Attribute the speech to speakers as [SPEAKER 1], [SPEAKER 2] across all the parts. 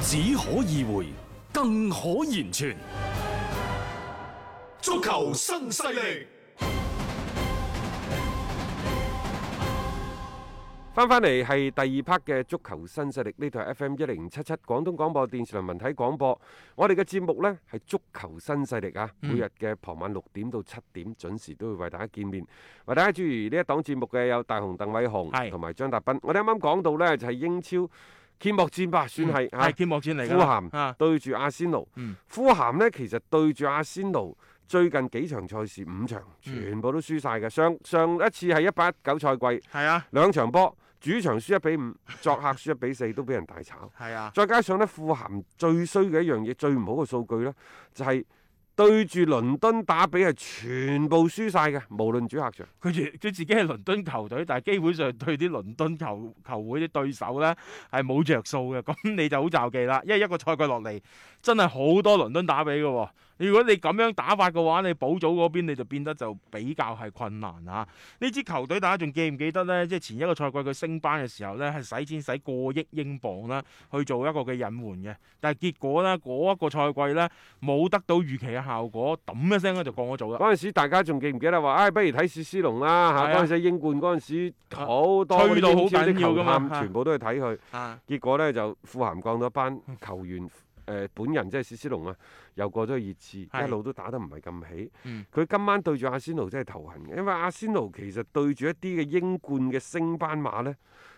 [SPEAKER 1] 只可意會，更可言傳。
[SPEAKER 2] 足球新勢力。
[SPEAKER 3] 翻翻嚟係第二 part 嘅足球新勢力，呢度係 FM 一零七七廣東廣播電視台文體廣播。我哋嘅節目呢係足球新勢力啊，
[SPEAKER 4] 嗯
[SPEAKER 3] 每日嘅傍晚六點到七點準時都會為大家見面。為大家主持呢一檔節目嘅有大雄、鄧偉雄同埋張達斌。我哋啱啱講到呢，就係、英超揭幕戰吧，算係啊
[SPEAKER 4] 嗯係揭幕戰嚟㗎啦
[SPEAKER 3] 富咸
[SPEAKER 4] 啊
[SPEAKER 3] 對住阿仙奴
[SPEAKER 4] 嗯，
[SPEAKER 3] 富咸呢其實對住阿仙奴。最近幾場賽事五場
[SPEAKER 4] 嗯
[SPEAKER 3] 全部都輸晒嘅，上上一次係一八一九賽季，
[SPEAKER 4] 係啊，
[SPEAKER 3] 兩場波，主場輸一比五，作客輸一比四，都俾人 大炒。
[SPEAKER 4] 係啊，
[SPEAKER 3] 再加上呢，富咸最衰嘅一樣嘢，最唔好嘅數據呢，就係、對住倫敦打比係全部輸晒嘅，無論主客場。
[SPEAKER 4] 佢自佢自己係倫敦球隊，但係基本上對啲倫敦球球會啲對手咧係冇着數嘅，咁你就好罩忌啦。因為一個賽季落嚟，真係好多倫敦打比嘅喎。如果你咁樣打法嘅話，你保組嗰邊你就變得就比較係困難啊。呢支球隊大家仲記唔記得呢？即係前一個賽季佢升班嘅時候呢，係使錢使過億英鎊啦，去做一個嘅引援嘅。但係結果呢，嗰、一個賽季呢，冇得到預期嘅效果，揼一聲咧就降咗組啦。
[SPEAKER 3] 嗰陣時大家仲記唔記得話，哎唉、不如睇史斯隆啦
[SPEAKER 4] 啊係
[SPEAKER 3] 嚇。
[SPEAKER 4] 啊
[SPEAKER 3] 嗰陣時英冠嗰陣時好多嗰
[SPEAKER 4] 吹
[SPEAKER 3] 啲
[SPEAKER 4] 到好
[SPEAKER 3] 英超啲
[SPEAKER 4] 緊要
[SPEAKER 3] 球
[SPEAKER 4] 㗎嘛
[SPEAKER 3] 探
[SPEAKER 4] 嚇
[SPEAKER 3] 全部都去睇佢。
[SPEAKER 4] 啊！
[SPEAKER 3] 結果呢，就富咸降咗班，
[SPEAKER 4] 嗯
[SPEAKER 3] 球員誒、呃本人即係史斯隆啊，又過咗去熱刺，
[SPEAKER 4] 係
[SPEAKER 3] 一路都打得唔係咁起。
[SPEAKER 4] 嗯
[SPEAKER 3] 佢今晚對住阿仙奴真係頭痕嘅，因為阿仙奴其實對住一啲嘅英冠嘅升班馬呢，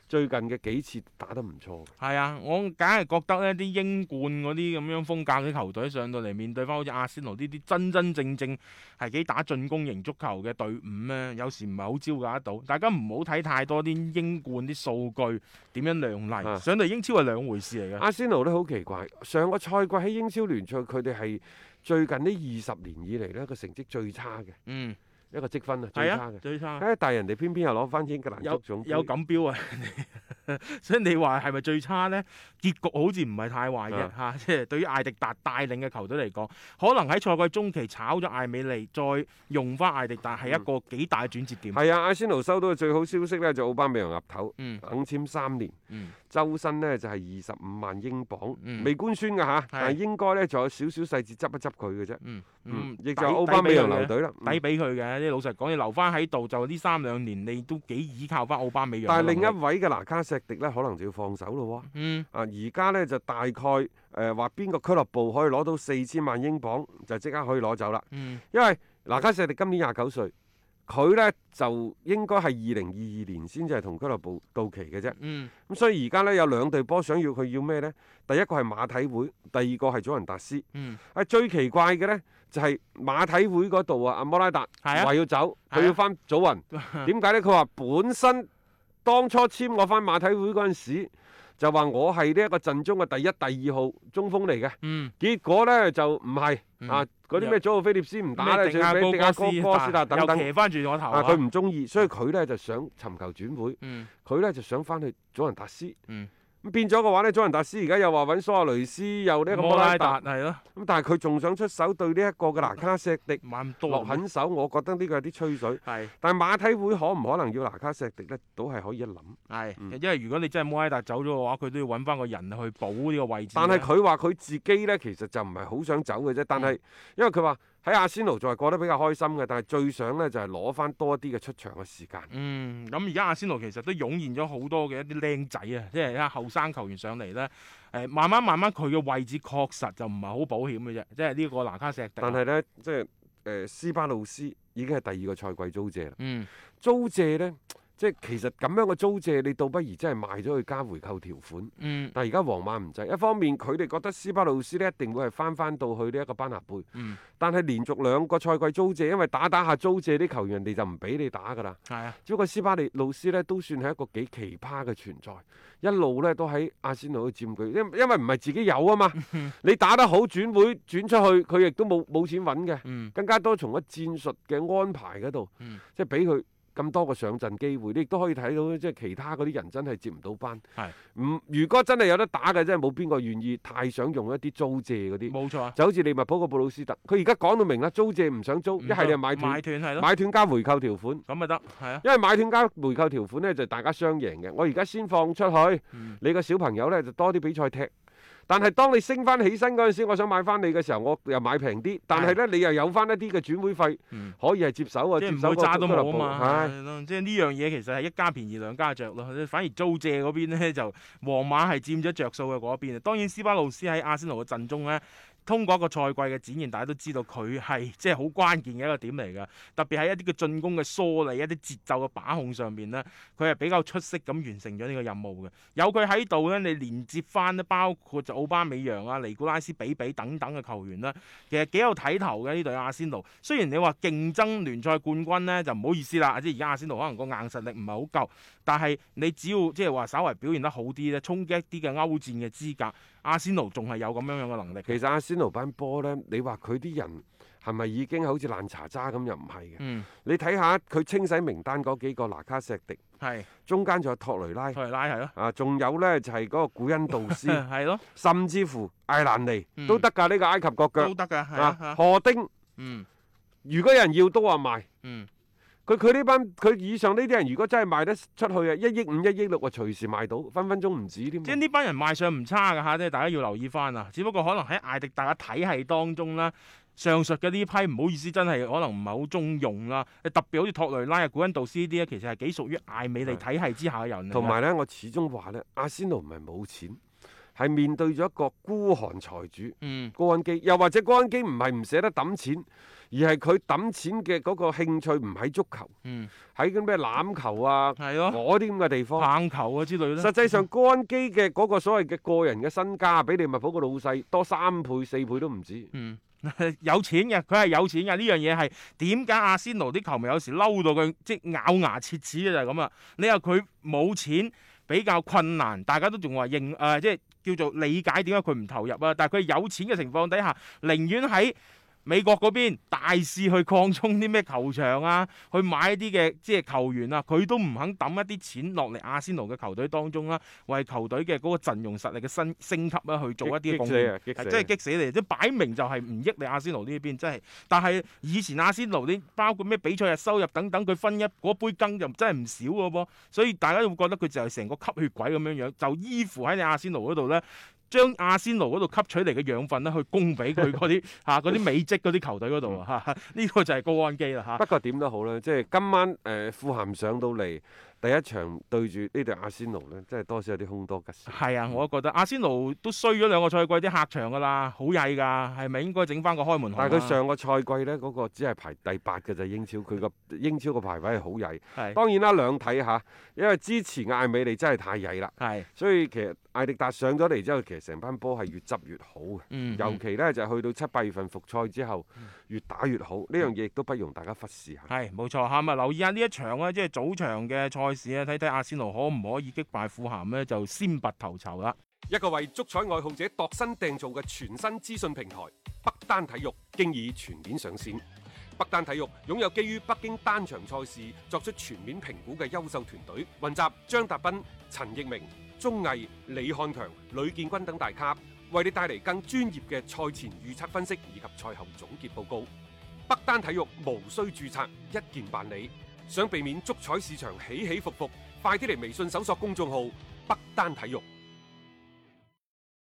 [SPEAKER 3] 最近嘅幾次打得唔錯嘅。
[SPEAKER 4] 係啊，我梗係覺得呢啲英冠嗰啲咁樣風格嘅球隊上到嚟面對翻好似阿仙奴呢啲真真正正係幾打進攻型足球嘅隊伍咧，有時唔係好招架得到。大家唔好睇太多啲英冠啲數據點樣亮麗，
[SPEAKER 3] 啊
[SPEAKER 4] 上到英超係兩回事嚟嘅。
[SPEAKER 3] 阿仙奴呢好奇怪，上個賽季喺英超聯賽佢哋係最近呢二十年以嚟呢個成績最差嘅
[SPEAKER 4] 嗯，
[SPEAKER 3] 一個積分啊，最
[SPEAKER 4] 係
[SPEAKER 3] 差
[SPEAKER 4] 啊
[SPEAKER 3] 嘅，。
[SPEAKER 4] 最差。
[SPEAKER 3] 誒，但係人哋偏偏又攞翻英格蘭足
[SPEAKER 4] 有
[SPEAKER 3] 總杯
[SPEAKER 4] 有錦標啊！所以你話係咪最差呢？結局好似唔係太壞
[SPEAKER 3] 啊
[SPEAKER 4] 嘅嚇，即係對於艾迪達帶領嘅球隊嚟講，可能喺賽季中期炒咗艾美利，再用翻艾迪達係一個幾大轉折點。
[SPEAKER 3] 係啊，阿仙奴收到嘅最好消息呢，就奧巴美揚入頭，
[SPEAKER 4] 嗯
[SPEAKER 3] 等簽三年。
[SPEAKER 4] 嗯，
[SPEAKER 3] 周薪呢就係二十五萬英鎊，
[SPEAKER 4] 嗯
[SPEAKER 3] 未官宣㗎嚇，但係應該呢仲有少少細節執一執佢嘅啫。
[SPEAKER 4] 嗯
[SPEAKER 3] 嗯
[SPEAKER 4] 嗯，，
[SPEAKER 3] 亦就
[SPEAKER 4] 抵
[SPEAKER 3] 奧巴美
[SPEAKER 4] 抵俾佢
[SPEAKER 3] 揚留
[SPEAKER 4] 嘅
[SPEAKER 3] 隊啦。嗯
[SPEAKER 4] 抵俾佢嘅，即係老實講，你留翻喺度就呢三兩年，你都幾倚靠翻奧巴美揚嘅
[SPEAKER 3] 但係
[SPEAKER 4] 能力。
[SPEAKER 3] 另一位嘅拿卡石迪呢，可能就要放手咯喎。
[SPEAKER 4] 嗯
[SPEAKER 3] 啊，而家呢就大概誒話邊個俱樂部可以攞到四千萬英鎊，就即刻可以攞走啦。
[SPEAKER 4] 嗯
[SPEAKER 3] 因為拿卡石迪今年廿九歲，佢呢就應該係二零二二年先至係同俱樂部到期嘅啫。
[SPEAKER 4] 嗯
[SPEAKER 3] 咁所以而家呢，有兩隊波想要佢要咩呢？第一個係馬體會，第二個係祖雲達斯。
[SPEAKER 4] 嗯，
[SPEAKER 3] 啊，最奇怪嘅呢，就係、馬體會嗰度啊，阿摩拉達
[SPEAKER 4] 係啊
[SPEAKER 3] 話要走，
[SPEAKER 4] 係啊
[SPEAKER 3] 佢要翻祖 雲。點解呢？佢話本身當初簽我翻馬體會嗰陣時，就話我係呢一個陣中嘅第一、第二號中鋒嚟嘅。
[SPEAKER 4] 嗯
[SPEAKER 3] 結果呢，就唔係、
[SPEAKER 4] 嗯
[SPEAKER 3] 啊，嗰啲咩佐奧菲利斯唔打
[SPEAKER 4] 咩
[SPEAKER 3] 呢，
[SPEAKER 4] 迪
[SPEAKER 3] 就要
[SPEAKER 4] 亞
[SPEAKER 3] 俾迪亞
[SPEAKER 4] 高
[SPEAKER 3] 哥哥斯達等
[SPEAKER 4] 又
[SPEAKER 3] 等
[SPEAKER 4] 騎翻住我頭
[SPEAKER 3] 啊，佢
[SPEAKER 4] 啊
[SPEAKER 3] 唔中意，所以佢呢就想尋求轉會，
[SPEAKER 4] 嗯
[SPEAKER 3] 佢呢就想翻去祖雲達斯。
[SPEAKER 4] 嗯
[SPEAKER 3] 咁變咗嘅話呢，祖雲達斯而家又話揾蘇亞雷斯，又呢一個
[SPEAKER 4] 摩
[SPEAKER 3] 摩
[SPEAKER 4] 拉
[SPEAKER 3] 拉達
[SPEAKER 4] 達。係咯，
[SPEAKER 3] 咁但係佢仲想出手對呢一個嘅拿卡石迪
[SPEAKER 4] 買咁多
[SPEAKER 3] 落狠手，我覺得呢個有啲吹水。
[SPEAKER 4] 係。
[SPEAKER 3] 但係馬體會可唔可能要拿卡石迪呢？都係可以一諗。
[SPEAKER 4] 係，
[SPEAKER 3] 嗯
[SPEAKER 4] 因為如果你真係摩拉達走咗嘅話，佢都要揾翻個人去補呢個位置嘅。嗯
[SPEAKER 3] 但係佢話佢自己呢，其實就唔係好想走嘅啫。但係因為佢話喺阿仙奴仲係過得比較開心嘅，但係最想呢就係攞翻多啲嘅出場嘅時間。
[SPEAKER 4] 嗯，咁而家阿仙奴其實都湧現咗好多嘅一啲僆仔啊，即係啲後生球員上嚟咧，誒、慢慢慢慢佢嘅位置確實就唔係好保險嘅啫，即係呢個拿卡石迪啊。
[SPEAKER 3] 但係呢，即係誒、斯巴魯斯已經係第二個賽季租借啦。
[SPEAKER 4] 嗯，
[SPEAKER 3] 租借呢，即係其實咁樣嘅租借，你倒不如真係賣咗佢加回購條款。
[SPEAKER 4] 嗯
[SPEAKER 3] 但係而家皇馬唔制，一方面佢哋覺得斯巴魯斯呢一定會係翻翻到去呢一個班拿貝，
[SPEAKER 4] 嗯，
[SPEAKER 3] 但係連續兩個賽季租借，因為打打下租借啲球員，人哋就唔俾你打㗎啦。
[SPEAKER 4] 係啊，
[SPEAKER 3] 只不過斯巴利老師呢都算係一個幾奇葩嘅存在，
[SPEAKER 4] 嗯
[SPEAKER 3] 一路呢都喺阿仙奴去佔據，因因為唔係自己有啊嘛，
[SPEAKER 4] 嗯
[SPEAKER 3] 你打得好轉會轉出去，佢亦都冇冇錢揾嘅，
[SPEAKER 4] 嗯
[SPEAKER 3] 更加多從個戰術嘅安排嗰度，
[SPEAKER 4] 嗯
[SPEAKER 3] 即係俾佢咁多個上陣機會，你亦都可以睇到即係其他嗰啲人真係接唔到班，
[SPEAKER 4] 係
[SPEAKER 3] 唔如果真係有得打嘅，真係冇邊個願意太想用一啲租借嗰啲，
[SPEAKER 4] 冇錯啊。
[SPEAKER 3] 就好似利物浦個布魯斯特，佢而家講到明啦，租借唔想租，一係你就買斷
[SPEAKER 4] 買，斷係咯，
[SPEAKER 3] 買斷加回購條款。
[SPEAKER 4] 咁咪得係啊。
[SPEAKER 3] 因為買斷加回購條款呢，就大家雙贏嘅。我而家先放出去，
[SPEAKER 4] 嗯
[SPEAKER 3] 你個小朋友呢，就多啲比賽踢。但係當你升翻起身嗰陣時，我想買翻你嘅時候，我又買平啲，但係呢，你又有翻一啲嘅轉會費，
[SPEAKER 4] 嗯
[SPEAKER 3] 可以係接手啊，
[SPEAKER 4] 即係
[SPEAKER 3] 接
[SPEAKER 4] 唔
[SPEAKER 3] 手
[SPEAKER 4] 會
[SPEAKER 3] 個
[SPEAKER 4] 揸都
[SPEAKER 3] 俱樂
[SPEAKER 4] 冇
[SPEAKER 3] 部。
[SPEAKER 4] 啊嘛，
[SPEAKER 3] 唉
[SPEAKER 4] 係咯即係呢樣嘢其實係一家便宜兩家着咯，反而租借嗰邊咧就皇馬係佔咗着數嘅嗰一邊。當然斯巴魯斯喺阿仙奴嘅陣中咧，通過一個賽季嘅展現，大家都知道佢係即係好關鍵嘅一個點嚟㗎。特別喺一啲嘅進攻嘅梳理、一啲節奏嘅把控上邊咧，佢係比較出色咁完成咗呢個任務嘅。有佢喺度咧，你連接翻咧，包括就奧巴美揚啊、尼古拉斯比比等等嘅球員啦。其實幾有睇頭嘅呢隊阿仙奴。雖然你話競爭聯賽冠軍呢，就唔好意思啦，即係而家阿仙奴可能個硬實力唔係好夠，但係你只要即係話稍為表現得好啲咧，衝擊一啲嘅歐戰嘅資格，阿仙奴仲係有咁樣樣嘅能力。
[SPEAKER 3] 其實阿仙奴班波呢，你話佢啲人係咪已經好似爛茶渣咁？又唔係嘅。
[SPEAKER 4] 嗯，
[SPEAKER 3] 你睇下佢清洗名單嗰幾個拿卡石迪，
[SPEAKER 4] 係
[SPEAKER 3] 中間仲有托雷拉
[SPEAKER 4] 托雷拉係咯，
[SPEAKER 3] 啊，仲有呢就係嗰個古恩道 斯，
[SPEAKER 4] 係咯，
[SPEAKER 3] 甚至乎艾蘭尼
[SPEAKER 4] 嗯
[SPEAKER 3] 都得㗎。呢個埃及國腳
[SPEAKER 4] 都。得㗎，係啊係
[SPEAKER 3] 啊，
[SPEAKER 4] 啊，
[SPEAKER 3] 何丁，
[SPEAKER 4] 嗯
[SPEAKER 3] 如果有人要都話賣，
[SPEAKER 4] 嗯，
[SPEAKER 3] 佢佢呢班佢以上呢啲人，如果真係賣得出去啊，一億五、一億六啊，隨時賣到，分分鐘唔止添
[SPEAKER 4] 即係
[SPEAKER 3] 喎。
[SPEAKER 4] 呢班人賣相唔差㗎嚇，即係大家要留意翻啊。只不過可能喺艾迪達嘅體系當中啦。上述嘅呢批唔好意思，真係可能唔係好中用啦。特別好似托雷拉啊、古恩道斯呢啲咧，其實係幾屬於艾美利體系之下嘅人嚟㗎。
[SPEAKER 3] 同埋呢，我始終話呢，阿仙奴唔係冇錢，係面對咗一個孤寒財主
[SPEAKER 4] 嗯，
[SPEAKER 3] 高安基，又或者高安基唔係唔捨得揼錢，而係佢揼錢嘅嗰個興趣唔喺足球，
[SPEAKER 4] 嗯，
[SPEAKER 3] 喺嗰啲咩欖球啊
[SPEAKER 4] 係咯，
[SPEAKER 3] 嗰啲咁嘅地方。
[SPEAKER 4] 棒球啊之類啦。
[SPEAKER 3] 實際上，高安基嘅嗰個所謂嘅個人嘅身家，比利物浦個老細多三倍、四倍都唔止。
[SPEAKER 4] 嗯。 有錢嘅，佢係有錢嘅，呢樣嘢係點解阿仙奴啲球迷有時嬲到佢即係咬牙切齒嘅就係咁啊！你話佢冇錢比較困難，大家都仲話認誒、呃即係叫做理解點解佢唔投入啊！但係佢有錢嘅情況底下，寧願喺美國嗰邊大肆去擴充啲咩球場啊，去買一啲嘅即係球員啊，佢都唔肯抌一啲錢落嚟阿仙奴嘅球隊當中啦、啊為球隊嘅嗰個陣容實力嘅升升級啦、去做一啲嘅
[SPEAKER 3] 激
[SPEAKER 4] 貢
[SPEAKER 3] 激死
[SPEAKER 4] 獻
[SPEAKER 3] 啊。激死
[SPEAKER 4] 係
[SPEAKER 3] 啊
[SPEAKER 4] 真係激死你！即係擺明就係唔益你阿仙奴呢邊，真係。但係以前阿仙奴啲包括咩比賽日收入等等，佢分一嗰杯羹就真係唔少嘅噃。所以大家會覺得佢就係成個吸血鬼咁樣樣，就依附喺你阿仙奴嗰度咧。將阿仙奴嗰度吸取嚟嘅養分咧，去供俾佢嗰啲 嚇嗰啲美職嗰啲球隊嗰度啊嚇，呢個就係高安基啦嚇。
[SPEAKER 3] 不過點都好啦，即係今晚誒、呃富咸上到嚟第一場對住呢隊阿仙奴呢，真係多少有啲凶多吉少。
[SPEAKER 4] 係啊，我都覺得阿仙奴都衰咗兩個賽季啲客場噶啦，好曳㗎，係咪應該整翻個開門紅啊？
[SPEAKER 3] 但係佢上個賽季呢，嗰、個只係排第八嘅就英超，佢個英超個排位係好曳。
[SPEAKER 4] 係
[SPEAKER 3] 當然啦，兩睇下，因為之前艾美利真係太曳啦，
[SPEAKER 4] 係
[SPEAKER 3] 所以其實艾迪達上咗嚟之後，其實成班波係越執越好嘅。
[SPEAKER 4] 嗯
[SPEAKER 3] 尤其呢，就去到七八月份復賽之後，越打越好，呢樣嘢亦都不容大家忽視下。
[SPEAKER 4] 係冇錯嚇，咁啊留意下呢一場咧，即係早場嘅賽事啊咧，睇睇阿仙奴可唔可以擊敗富咸咧，就先拔頭籌啦。
[SPEAKER 3] 一個為足彩愛好者度身訂造嘅全新資訊平台北單體育，經已全面上線。北單體育擁有基於北京單場賽事作出全面評估嘅優秀團隊，雲集張達斌、陳奕明、鐘毅、李漢強、呂建軍等大咖，為你帶嚟更專業嘅賽前預測分析以及賽後總結報告。北單體育無需註冊，一鍵辦理。想避免足彩市場起起伏伏，快啲嚟微信搜索公眾號北單體育。